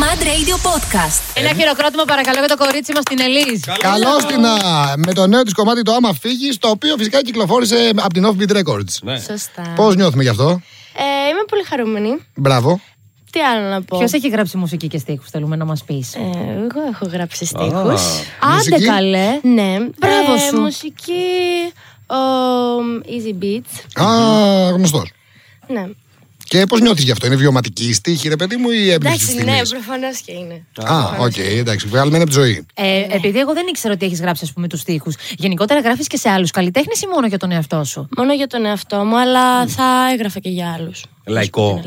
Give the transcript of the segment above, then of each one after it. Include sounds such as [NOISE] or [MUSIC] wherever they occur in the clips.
Mad Radio Podcast. Ένα χειροκρότημα παρακαλώ για το κορίτσι μας την Ελίζ. Καλώς την με το νέο της κομμάτι το Άμα Φύγει, το οποίο φυσικά κυκλοφόρησε από την Offbeat Records. Ναι. Σωστά. Πώς νιώθουμε γι' αυτό, Ε, είμαι πολύ χαρούμενη. Μπράβο. Τι άλλο να πω. Ποιος έχει γράψει μουσική και στίχους θέλουμε να μας πεις. Ε, εγώ έχω γράψει στίχους. Άντε μουσική. καλέ. Ναι. Μπράβο Ε, σου. Μουσική, ο, Easy Beats. Α, γνωστός. Ναι. Και πώς νιώθεις γι' αυτό, είναι βιωματική η στίχη, ρε παιδί μου, ή έμπνευση τη Εντάξει, στιγμή. ναι, προφανώς και είναι. Α, οκ, εντάξει, βγάλουμε από τη ζωή. Ε, επειδή εγώ δεν ήξερα ότι έχεις γράψει ας πούμε, τους στίχους Γενικότερα γράφεις και σε άλλους καλλιτέχνες ή μόνο για τον εαυτό σου. Μόνο για τον εαυτό μου, αλλά θα έγραφα και για άλλους. Λαϊκό.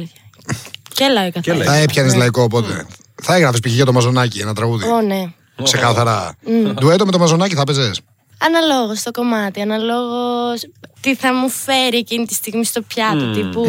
Και λαϊκά. Και θα Θα λαϊκό. έπιανε λαϊκό, οπότε. Θα έγραφες π.χ. για το Μαζονάκι ένα τραγούδι. Ναι. Ω, ναι. Ξεκάθαρα. Ντουέτο με το Μαζονάκι θα παίζες. Αναλόγως στο κομμάτι, αναλόγως τι θα μου φέρει εκείνη τη στιγμή στο πιάτο. Τύπου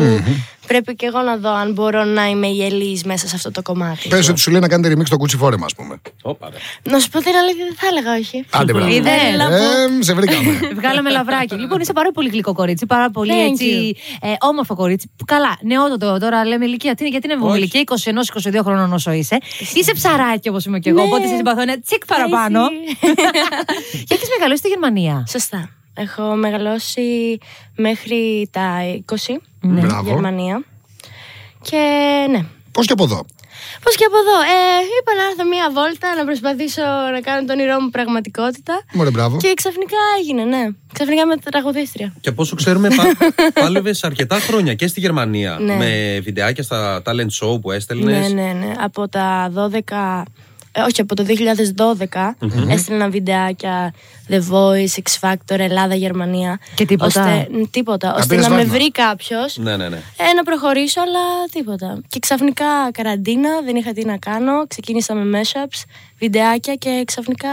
πρέπει και εγώ να δω αν μπορώ να είμαι η Ελίζ μέσα σε αυτό το κομμάτι. Πες ότι σου λέει να κάνετε remix στο κουτσι φόρεμα, ας πούμε. Όπα, ρε. Να σου πω την αλήθεια, δεν θα έλεγα όχι. Άντε, μπράβο. Είδε. Ε, σε βρήκαμε. Βγάλαμε λαβράκι. λοιπόν, είσαι πάρα πολύ γλυκό κορίτσι, πάρα πολύ Thank έτσι, ε, όμορφο κορίτσι. Που Καλά, νεότατο τώρα λέμε ηλικία. Τι είναι, γιατί είναι μου Όχι. ηλικία 21-22 χρόνων όσο είσαι. Είσαι ψαράκι όπως είμαι και εγώ, οπότε σε συμπαθώ ένα τσικ παραπάνω. [LAUGHS] και έχει μεγαλώσεις στη Γερμανία. Σωστά. Έχω μεγαλώσει μέχρι τα 20 στη Μπράβο. Γερμανία. Και ναι. Πώς και από εδώ. Πώς και από εδώ. Ε, είπα να έρθω μία βόλτα να προσπαθήσω να κάνω τον όνειρό μου πραγματικότητα. Μωρέ, μπράβο. Και ξαφνικά έγινε, ναι. Ξαφνικά με τραγουδίστρια. Και από όσο ξέρουμε, [LAUGHS] πα, πάλευες αρκετά χρόνια και στη Γερμανία Ναι. με βιντεάκια στα talent show που έστελνες. Ναι, ναι, ναι. Από τα 12. ε, όχι, από το 2012 έστελνα βιντεάκια The Voice, X Factor, Ελλάδα, Γερμανία. Και τίποτα. Ώστε, ν, τίποτα. Ώστε πήρες να με βάσμα. βρει κάποιος. ναι, ναι. ναι. Ε, να προχωρήσω, αλλά τίποτα. Και ξαφνικά καραντίνα, δεν είχα τι να κάνω. Ξεκίνησα με mashups, βιντεάκια και ξαφνικά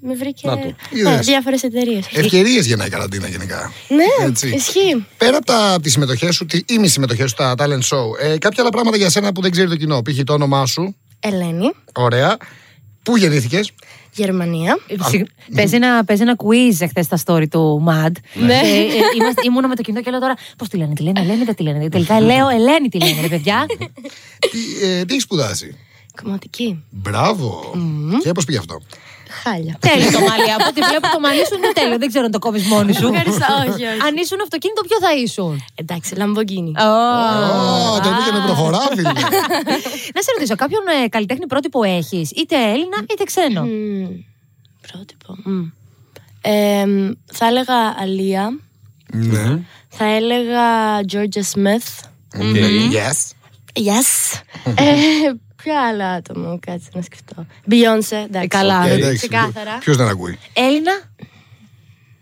με βρήκε Ναι, Να το. Είδες. διάφορες εταιρείες. Ευκαιρίε γεννάει η καραντίνα γενικά. Ναι, Έτσι. ισχύει. Πέρα από, τα, από τις συμμετοχές σου, τι ήμι συμμετοχές σου στα talent show, ε, κάποια άλλα πράγματα για σένα που δεν ξέρει το κοινό. Π.χ. το όνομά σου, Ελένη, ωραία. Πού γεννήθηκες, Γερμανία. Συγ- Παίζει Ε, ένα, παίζει ένα quiz εχθές στα story του MAD. Ναι. Ε, ε, είμαστε- ήμουνα με το κινητό και λέω τώρα πώς τη λένε, τη λένε, Ελένη, δεν τη λένε. [LAUGHS] Τελικά λέω Ελένη, τη λένε, ρε παιδιά. τι, ε, τι έχεις σπουδάσει. Κομματική. Μπράβο. Και πώς πήγε αυτό. Χάλια. τέλειο το μαλλί. Από ό,τι βλέπω το μαλλί σου είναι τέλειο. Δεν ξέρω αν το κόβεις μόνη σου. Ευχαριστώ, όχι, όχι. Αν ήσουν αυτοκίνητο, ποιο θα ήσουν. Εντάξει, Λαμπογκίνη. Ω, Ω, το πήγαινε προχωρά, [LAUGHS] φίλε. Να σε ρωτήσω, κάποιον ε, καλλιτέχνη πρότυπο έχεις, είτε Έλληνα είτε ξένο. Μμμ. Πρότυπο. Μμμ. Εμ, θα έλεγα Αλία. ναι. Θα έλεγα Georgia Smith. Οκ. Yes. Yes. ε, ποια άλλα άτομα, κάτσε να σκεφτώ. Beyoncé, εντάξει. καλά. Ε, Ε, εντάξει. Ξεκάθαρα. Ποιος δεν ακούει. Έλληνα.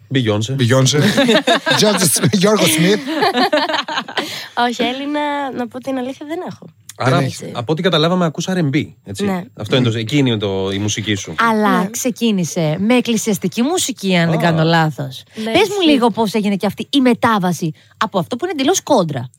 Μπιγιόνσε. Beyoncé. [LAUGHS] George- Γιώργο Σμιθ. Όχι, Έλληνα, να πω την αλήθεια, δεν έχω. Άρα, έχεις. από ό,τι καταλάβαμε, ακούς R&B. Έτσι. Ναι. Αυτό είναι το, εκείνη είναι το, η μουσική σου. Αλλά ξεκίνησε με εκκλησιαστική μουσική, αν δεν κάνω λάθος. Ναι, Πες μου ισχύει. λίγο πώς έγινε και αυτή η μετάβαση από αυτό που είναι εντελώς κόντρα.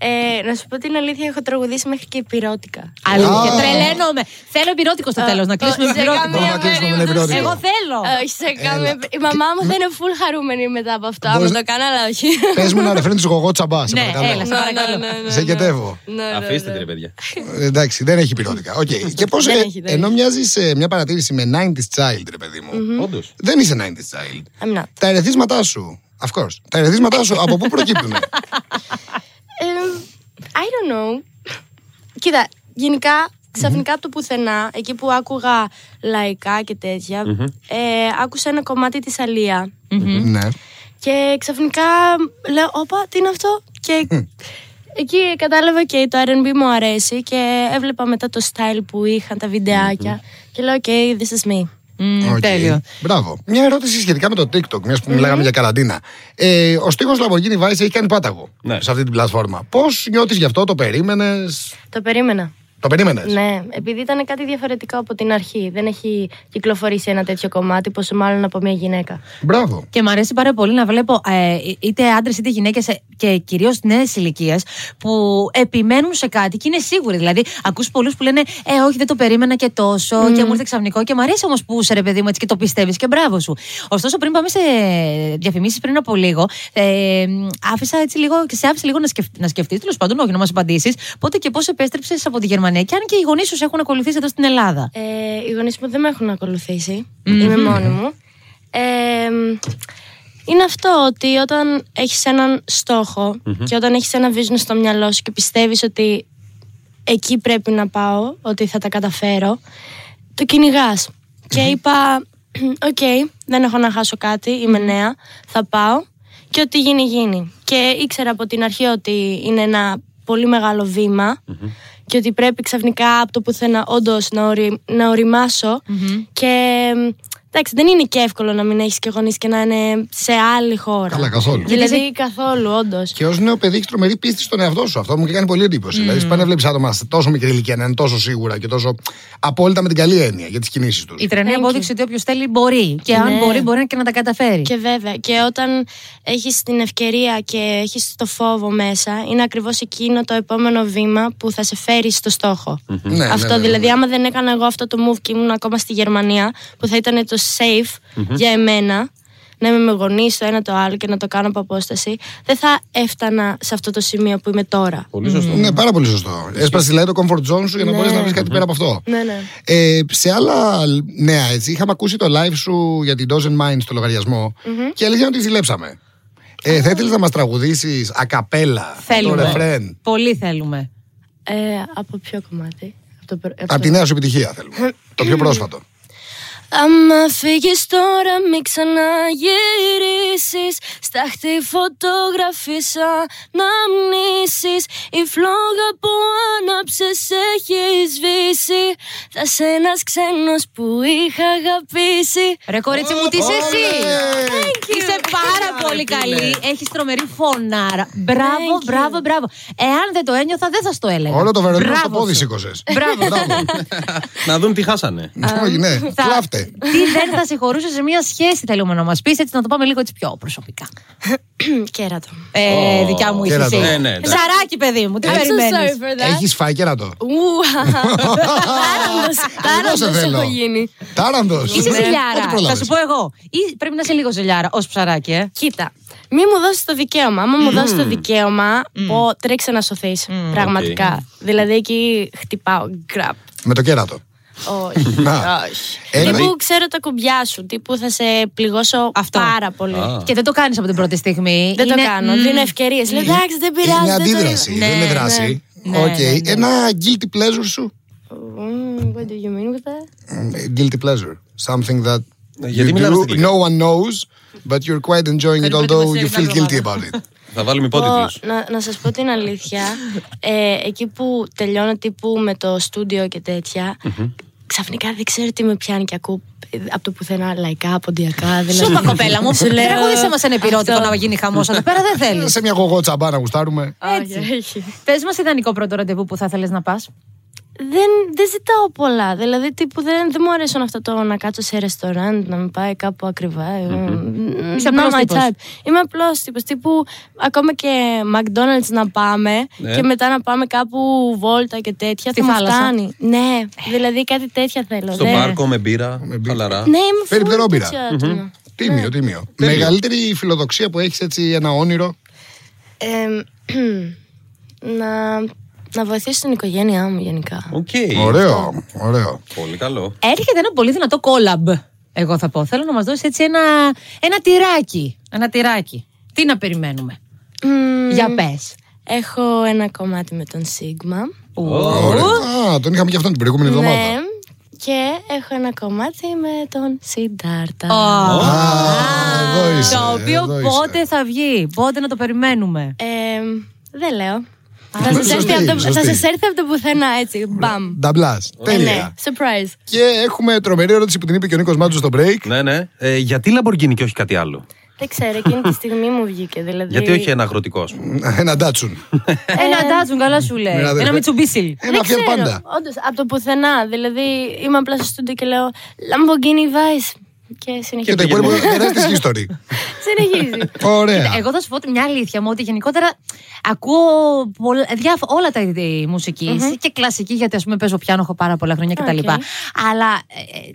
Ε, να σου πω την αλήθεια, έχω τραγουδήσει μέχρι και πυρότικα. Αλήθεια, τρελαίνομαι. Θέλω πυρότικο στο τέλος, να κλείσουμε με Ε, σε πυρότικο. Μπορούμε να καμία κλείσουμε με ένα περίπτωση. πυρότικο. Εγώ θέλω. Ε, Όχι, σε κάμε. Η μαμά μου θα είναι full χαρούμενη μετά από αυτό. Άμα Μπορείς- το κάνω, αλλά όχι. Πες μου ένα ρεφρέν της Γογό Τσαμπάς, σε Ναι, παρακαλώ. έλα, σε [LAUGHS] παρακαλώ. Σε κετεύω. Ναι, ναι, Αφήστε ναι. την, ρε παιδιά. Ε, Εντάξει, δεν έχει πυρότικα. [LAUGHS] Οκ. Και πώς. Δεν έχει, δεν ενώ μοιάζει μια παρατήρηση με 90s child, ρε παιδί μου. Όντως. Δεν είσαι 90s child. I'm not. Τα ερεθίσματά σου. Of course. Τα ερεθίσματά σου από πού [LAUGHS] προκύπτουν. Ε, I don't know. Κοίτα, γενικά ξαφνικά από το πουθενά, εκεί που άκουγα λαϊκά και τετοια ε, άκουσα ένα κομμάτι της Αλία ναι. και ξαφνικά λέω, όπα, τι είναι αυτό και εκεί κατάλαβα και το R&B μου αρέσει και έβλεπα μετά το style που είχαν τα βιντεακια και λέω, ok, this is me. Μμμ, Οκ. Τέλειο. Μπράβο. Μια ερώτηση σχετικά με το TikTok, μιας που μιλάγαμε για καραντίνα. Ε, ο στίχος Lamborghini Vice έχει κάνει πάταγο Ναι. σε αυτή την πλατφόρμα. Πώς νιώθεις γι' αυτό, το περίμενες. Το περίμενα. Το περίμενες. Ναι, επειδή ήταν κάτι διαφορετικό από την αρχή. Δεν έχει κυκλοφορήσει ένα τέτοιο κομμάτι, πόσο μάλλον από μια γυναίκα. Μπράβο. Και μου αρέσει πάρα πολύ να βλέπω ε, είτε άντρες είτε γυναίκες και κυρίως νέε ηλικίε που επιμένουν σε κάτι και είναι σίγουροι. Δηλαδή, ακούς πολλούς που λένε Ε, όχι, δεν το περίμενα και τόσο και μου ήρθε ξαφνικό. Και μου αρέσει όμως που είσαι ρε παιδί μου έτσι και το πιστεύεις και μπράβο σου. Ωστόσο, πριν πάμε σε διαφημίσεις πριν από λίγο, ε, μ, άφησα έτσι λίγο και σε άφησε λίγο να, σκεφ, να σκεφτείς, τέλος πάντων, όχι να μας απαντήσεις, πότε και πώς επέστρεψες από τη Γερμανία Γερμανία και αν και οι γονείς σου έχουν ακολουθήσει εδώ στην Ελλάδα. Ε, οι γονείς μου δεν με έχουν ακολουθήσει. Είμαι μόνη μου. Ε, είναι αυτό ότι όταν έχεις έναν στόχο και όταν έχεις ένα vision στο μυαλό σου και πιστεύεις ότι εκεί πρέπει να πάω, ότι θα τα καταφέρω, το κυνηγάς. Και είπα, [CLEARS THROAT] οκ, δεν έχω να χάσω κάτι, είμαι νέα, θα πάω και ό,τι γίνει γίνει. Και ήξερα από την αρχή ότι είναι ένα πολύ μεγάλο βήμα και ότι πρέπει ξαφνικά από το πουθενά όντως να, ορι, να οριμάσω. Και εντάξει, δεν είναι και εύκολο να μην έχεις και γονείς και να είναι σε άλλη χώρα. Καλά, καθόλου. Δηλαδή καθόλου, όντως. Και ως νέο παιδί έχεις τρομερή πίστη στον εαυτό σου. Αυτό μου και κάνει πολύ εντύπωση. Δηλαδή, σπάνια βλέπεις άτομα σε τόσο μικρή ηλικία να είναι τόσο σίγουρα και τόσο απόλυτα με την καλή έννοια για τις κινήσεις τους. Η τρενή Ε, Thank you. απόδειξη ότι όποιος θέλει μπορεί. Και αν Ναι. μπορεί, μπορεί και να τα καταφέρει. Και βέβαια, και όταν έχεις την ευκαιρία και έχεις το φόβο μέσα, είναι ακριβώς εκείνο το επόμενο βήμα που θα σε φέρει στο στοχο Ναι, ναι, αυτό ναι, ναι. δηλαδή, άμα δεν έκανα εγώ αυτό το move και ήμουν ακόμα στη Γερμανία, που θα ήταν το safe για εμένα, να είμαι με γονείς το ένα το άλλο και να το κάνω από απόσταση, δεν θα έφτανα σε αυτό το σημείο που είμαι τώρα. Πολύ σωστό. Ναι, πάρα πολύ σωστό. Έσπασε δηλαδή το comfort zone σου για να μπορέσεις να βρεις κάτι πέρα από αυτό. Ναι, ναι. Ε, σε άλλα νέα, έτσι, είχαμε ακούσει το live σου για την Dozen Mind στο λογαριασμο και η αλήθεια είναι ότι ζηλέψαμε. Ε, θα ήθελες να μας τραγουδήσεις ακαπέλα το Θέλουμε. ρεφρέν. Πολύ θέλουμε. Ε, από ποιο κομμάτι? Από το, πρω- από το Από τη νέα σου επιτυχία θέλουμε. το πιο πρόσφατο. Άμα φύγεις τώρα μην ξαναγυρίσεις Στάχτη φωτογραφίσα να μνήσεις Η φλόγα που άναψες έχεις σβήσει Θα σε ένας ξένος που είχα αγαπήσει [CLEARS THROAT] Ρε κορίτσι μου, τι είσαι εσύ! Είσαι πάρα πολύ καλή. Έχεις τρομερή φωνάρα. Μπράβο, Thank you. μπράβο, μπράβο. Εάν δεν το ένιωθα, δεν θα στο έλεγα. Όλο το Βερολίνο στο Μπράβο πόδι σου. σήκωσες. Μπράβο. Να δουν τι χάσανε. Όχι, ναι, Θα- κλάφτε. Τι δεν θα συγχωρούσε σε μια σχέση, θέλουμε να μας πεις, έτσι να το πάμε λίγο έτσι πιο προσωπικά. Κέρατο Ε, δικιά μου Κέρατο. ηθική. Ναι, ναι, εντάξει. Σαράκι, παιδί μου, τι I'm so sorry περιμένεις. for that Ε, Έχεις φάει κερατό. [LAUGHS] Ου, Τάραντος, σε τάραντος θέλω. έχω γίνει Τάραντος. Είσαι ζελιάρα. Θα πρόλαβες. σου πω εγώ. Ή πρέπει να είσαι λίγο ζελιάρα, ως ψαράκι, ε. Κοίτα, μη μου δώσεις το δικαίωμα. Άμα μου δώσεις το δικαίωμα, πω τρέξε να σωθείς. Πραγματικά. Δηλαδή εκεί χτυπάω. Γκραπ. Με το κέρατο. Όχι. Να. όχι. Ε, Ένα- Τύπου ξέρω τα κουμπιά σου. Τύπου θα σε πληγώσω Αυτό. πάρα πολύ. Και δεν το κάνεις από την πρώτη στιγμή. Δεν το Είναι- κάνω. Μμμ. Ε, Δίνω ευκαιρίες. Λέω εντάξει, δεν πειράζει. Είναι δεν το αντίδραση. είδα». Δεν είναι δράση. ναι. Οκ. Ναι, ναι. Ένα guilty pleasure σου. Mm, What do you mean with Mm, that? Guilty pleasure. Something that Ναι, Γιατί you μιλάμε do, στα αγγλικά? no one knows, but you're quite enjoying it, Περίμενα ότι although μας you έρθει feel άλλη guilty about εβδομάδα. it. Θα βάλουμε υπότιτλους. Πω- να, να σας πω την αλήθεια, ε, εκεί που τελειώνω τύπου με το στούντιο και τετοια ξαφνικά δεν ξέρω τι με πιάνει και ακούω ε, από το πουθενά λαϊκά, ποντιακά, δηλαδή. Σούπα, κοπέλα μου. Σου λέω, Τραγούδισε μας ένα επιρρότικο αυτό. να γίνει χαμός εδώ πέρα, δεν θέλεις. Σε μια γογό τσαμπά να γουστάρουμε. Όχι, όχι. Πες μας ιδανικό πρώτο ραντεβού που θα ήθελε να πας. Δεν, δεν ζητάω πολλά. Δηλαδή, τύπου δεν, δεν μου αρέσουν αυτά το να κάτσω σε ρεστοράντ, να μην πάει κάπου ακριβά. Ε, μ, Είσαι not απλός my τύπος. type. Είμαι απλός τύπος. Τύπου ακόμα και McDonald's να πάμε Ναι. και μετά να πάμε κάπου βόλτα και τέτοια. Στη θα μου θάλασσα. φτάνει. Ναι, δηλαδή κάτι τέτοια θέλω. Στο Δεν- πάρκο με μπύρα, χαλαρά. Ναι, είμαι Φέρει full πτερόμπυρα. τέτοιο άτομο. Τίμιο, τίμιο. Ναι. Μεγαλύτερη φιλοδοξία που έχεις έτσι ένα όνειρο. Ε, [CLEARS THROAT] να, να βοηθήσω την οικογένειά μου γενικά. Οκ. Ωραίο, ωραίο. Πολύ καλό. Έρχεται ένα πολύ δυνατό κόλαμπ. Εγώ θα πω. Θέλω να μας δώσεις έτσι ένα, ένα τυράκι. Ένα τυράκι. Τι να περιμένουμε. Μμμ, Για πες. Έχω ένα κομμάτι με τον Σίγμα. Ωραίο. Α, τον είχαμε και αυτόν την προηγούμενη Ναι. εβδομάδα. Και έχω ένα κομμάτι με τον Σιντάρτα. Α, εδώ είσαι. Το οποίο εδώ είσαι. πότε θα βγει, πότε να το περιμένουμε. Ε, δεν λέω. ναι, Θα σας, έρθει σωστή, από το, θα σωστή. σας έρθει από το πουθενά έτσι. Μπαμ. Νταμπλάς. Ε, Τέλεια. ναι, surprise. Και έχουμε τρομερή ερώτηση που την είπε και ο Νίκος Μάτσο στο break. Ναι, ναι. Ε, γιατί Λαμπορκίνη και όχι κάτι άλλο. Δεν ξέρω, εκείνη τη στιγμή μου βγήκε. Δηλαδή... Γιατί όχι ένα αγροτικό, ας πούμε. Ένα ντάτσουν. Ένα ντάτσουν, καλά σου λέει. Μοιραδε- Ένα Mitsubishi. Ένα ξέρω, Fiat πάντα. Όντως, από το πουθενά. Δηλαδή, είμαι απλά στο στούντιο και λέω Lamborghini Vice. Και Και το συνεχίζει. πήγε υπόλοιπο μόνο. είναι στη history. [LAUGHS] συνεχίζει. Ωραία. Εγώ θα σου πω τη- μια αλήθεια μου ότι γενικότερα ακούω πολλα- διάφο- όλα τα είδη μουσικής, και κλασική, γιατί ας πούμε παίζω πιάνο, έχω πάρα πολλά χρόνια κτλ. Οκ. Αλλά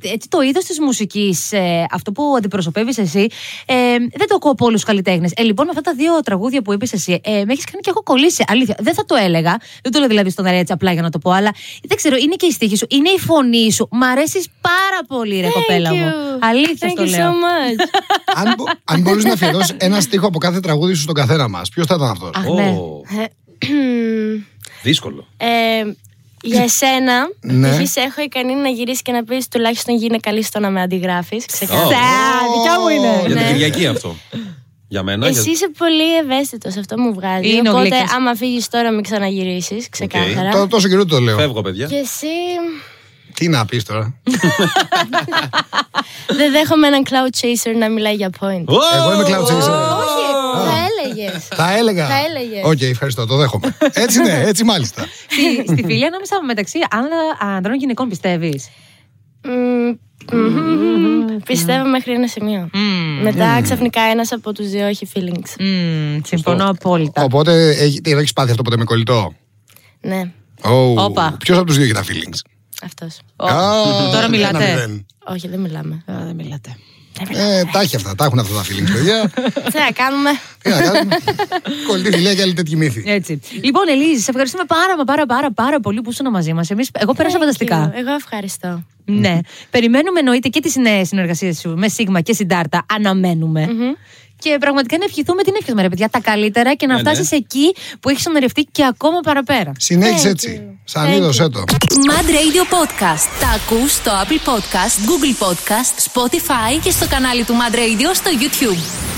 ε, έτσι, το είδος της μουσικής, ε, αυτό που αντιπροσωπεύεις εσύ, ε, δεν το ακούω από όλους τους καλλιτέχνες. Ε, λοιπόν, αυτά τα δύο τραγούδια που είπες εσύ, ε, με έχεις κάνει και έχω κολλήσει. Αλήθεια. Δεν θα το έλεγα. Δεν το λέω δηλαδή στον αέρα έτσι απλά για να το πω, αλλά δεν ξέρω, είναι και η στίχη σου, είναι η φωνή σου. Μ' αρέσεις πάρα πολύ, ρε κοπέλα μου. Αλήθεια Thank το you λέω. so [LAUGHS] much. αν μπο- αν μπορείς να αφιερώσεις ένα στίχο από κάθε τραγούδι σου στον καθένα μας, ποιος θα ήταν αυτός. Α. Ω, ναι. [CLEARS THROAT] Δύσκολο. Ε, για εσένα, Ναι. ναι. σε έχω ικανή να γυρίσεις και να πεις τουλάχιστον γίνε καλή στο να με αντιγράφεις. Ω. Ξα, δικιά μου είναι. Για την Ναι. Κυριακή αυτό. Για μένα. για- Εσύ είσαι πολύ ευαίσθητος, αυτό μου βγάζει. Είναι ο Οπότε, Γλύκας. άμα φύγεις τώρα, μην ξαναγυρίσεις, ξεκάθαρα. Τώρα τόσο καιρό το λέω. Φεύγω, παιδιά. Και εσύ. Τι να πεις τώρα. Δεν δέχομαι έναν cloud chaser να μιλάει για point. Ω! Εγώ είμαι cloud chaser. Όχι, θα έλεγες. Θα έλεγα. Θα έλεγες. Οκ, ευχαριστώ, το δέχομαι. Έτσι ναι, έτσι μάλιστα. στη, στη φιλία ανάμεσα μεταξύ άνδρα- ανδρών και γυναικών, πιστεύεις. Πιστεύω μέχρι ένα σημείο. Μετά ξαφνικά ένας από τους δύο έχει feelings. συμφωνώ απόλυτα. Οπότε έχει- τι, έχεις πάθει αυτό ποτέ με κολλητό. Ναι, Όπα. Ποιος από τους δύο έχει τα feelings. αυτός. Ω, Α, Τώρα ένα μιλάτε. μηδέν. Όχι, δεν μιλάμε. Α, Δεν μιλάτε. Ε, τα έχει αυτά, τα έχουν αυτά τα feelings, παιδιά. Τι να κάνουμε. Τι να [LAUGHS] κάνουμε. Κολλητή φιλία και άλλη τέτοιοι μύθοι. Έτσι. Λοιπόν, Ελίζη, σε ευχαριστούμε πάρα μα πάρα πάρα πάρα πολύ που ήσουν μαζί μας. Εμείς, εγώ πέρασα Thank φανταστικά. you. Εγώ ευχαριστώ. Ναι. Περιμένουμε εννοείται και τις νέες συνεργασίες σου με Σίγμα και Συντάρτα. Αναμένουμε. Και πραγματικά να ευχηθούμε την εύχομαι, ρε παιδιά, τα καλύτερα και να Ναι, ναι. φτάσεις εκεί που έχεις ονειρευτεί και ακόμα παραπέρα. Συνέχισε έτσι. Σαν είδο έτο. Mad Radio Podcast. Τα ακούς στο Apple Podcast, Google Podcast, Spotify και στο κανάλι του Mad Radio στο YouTube.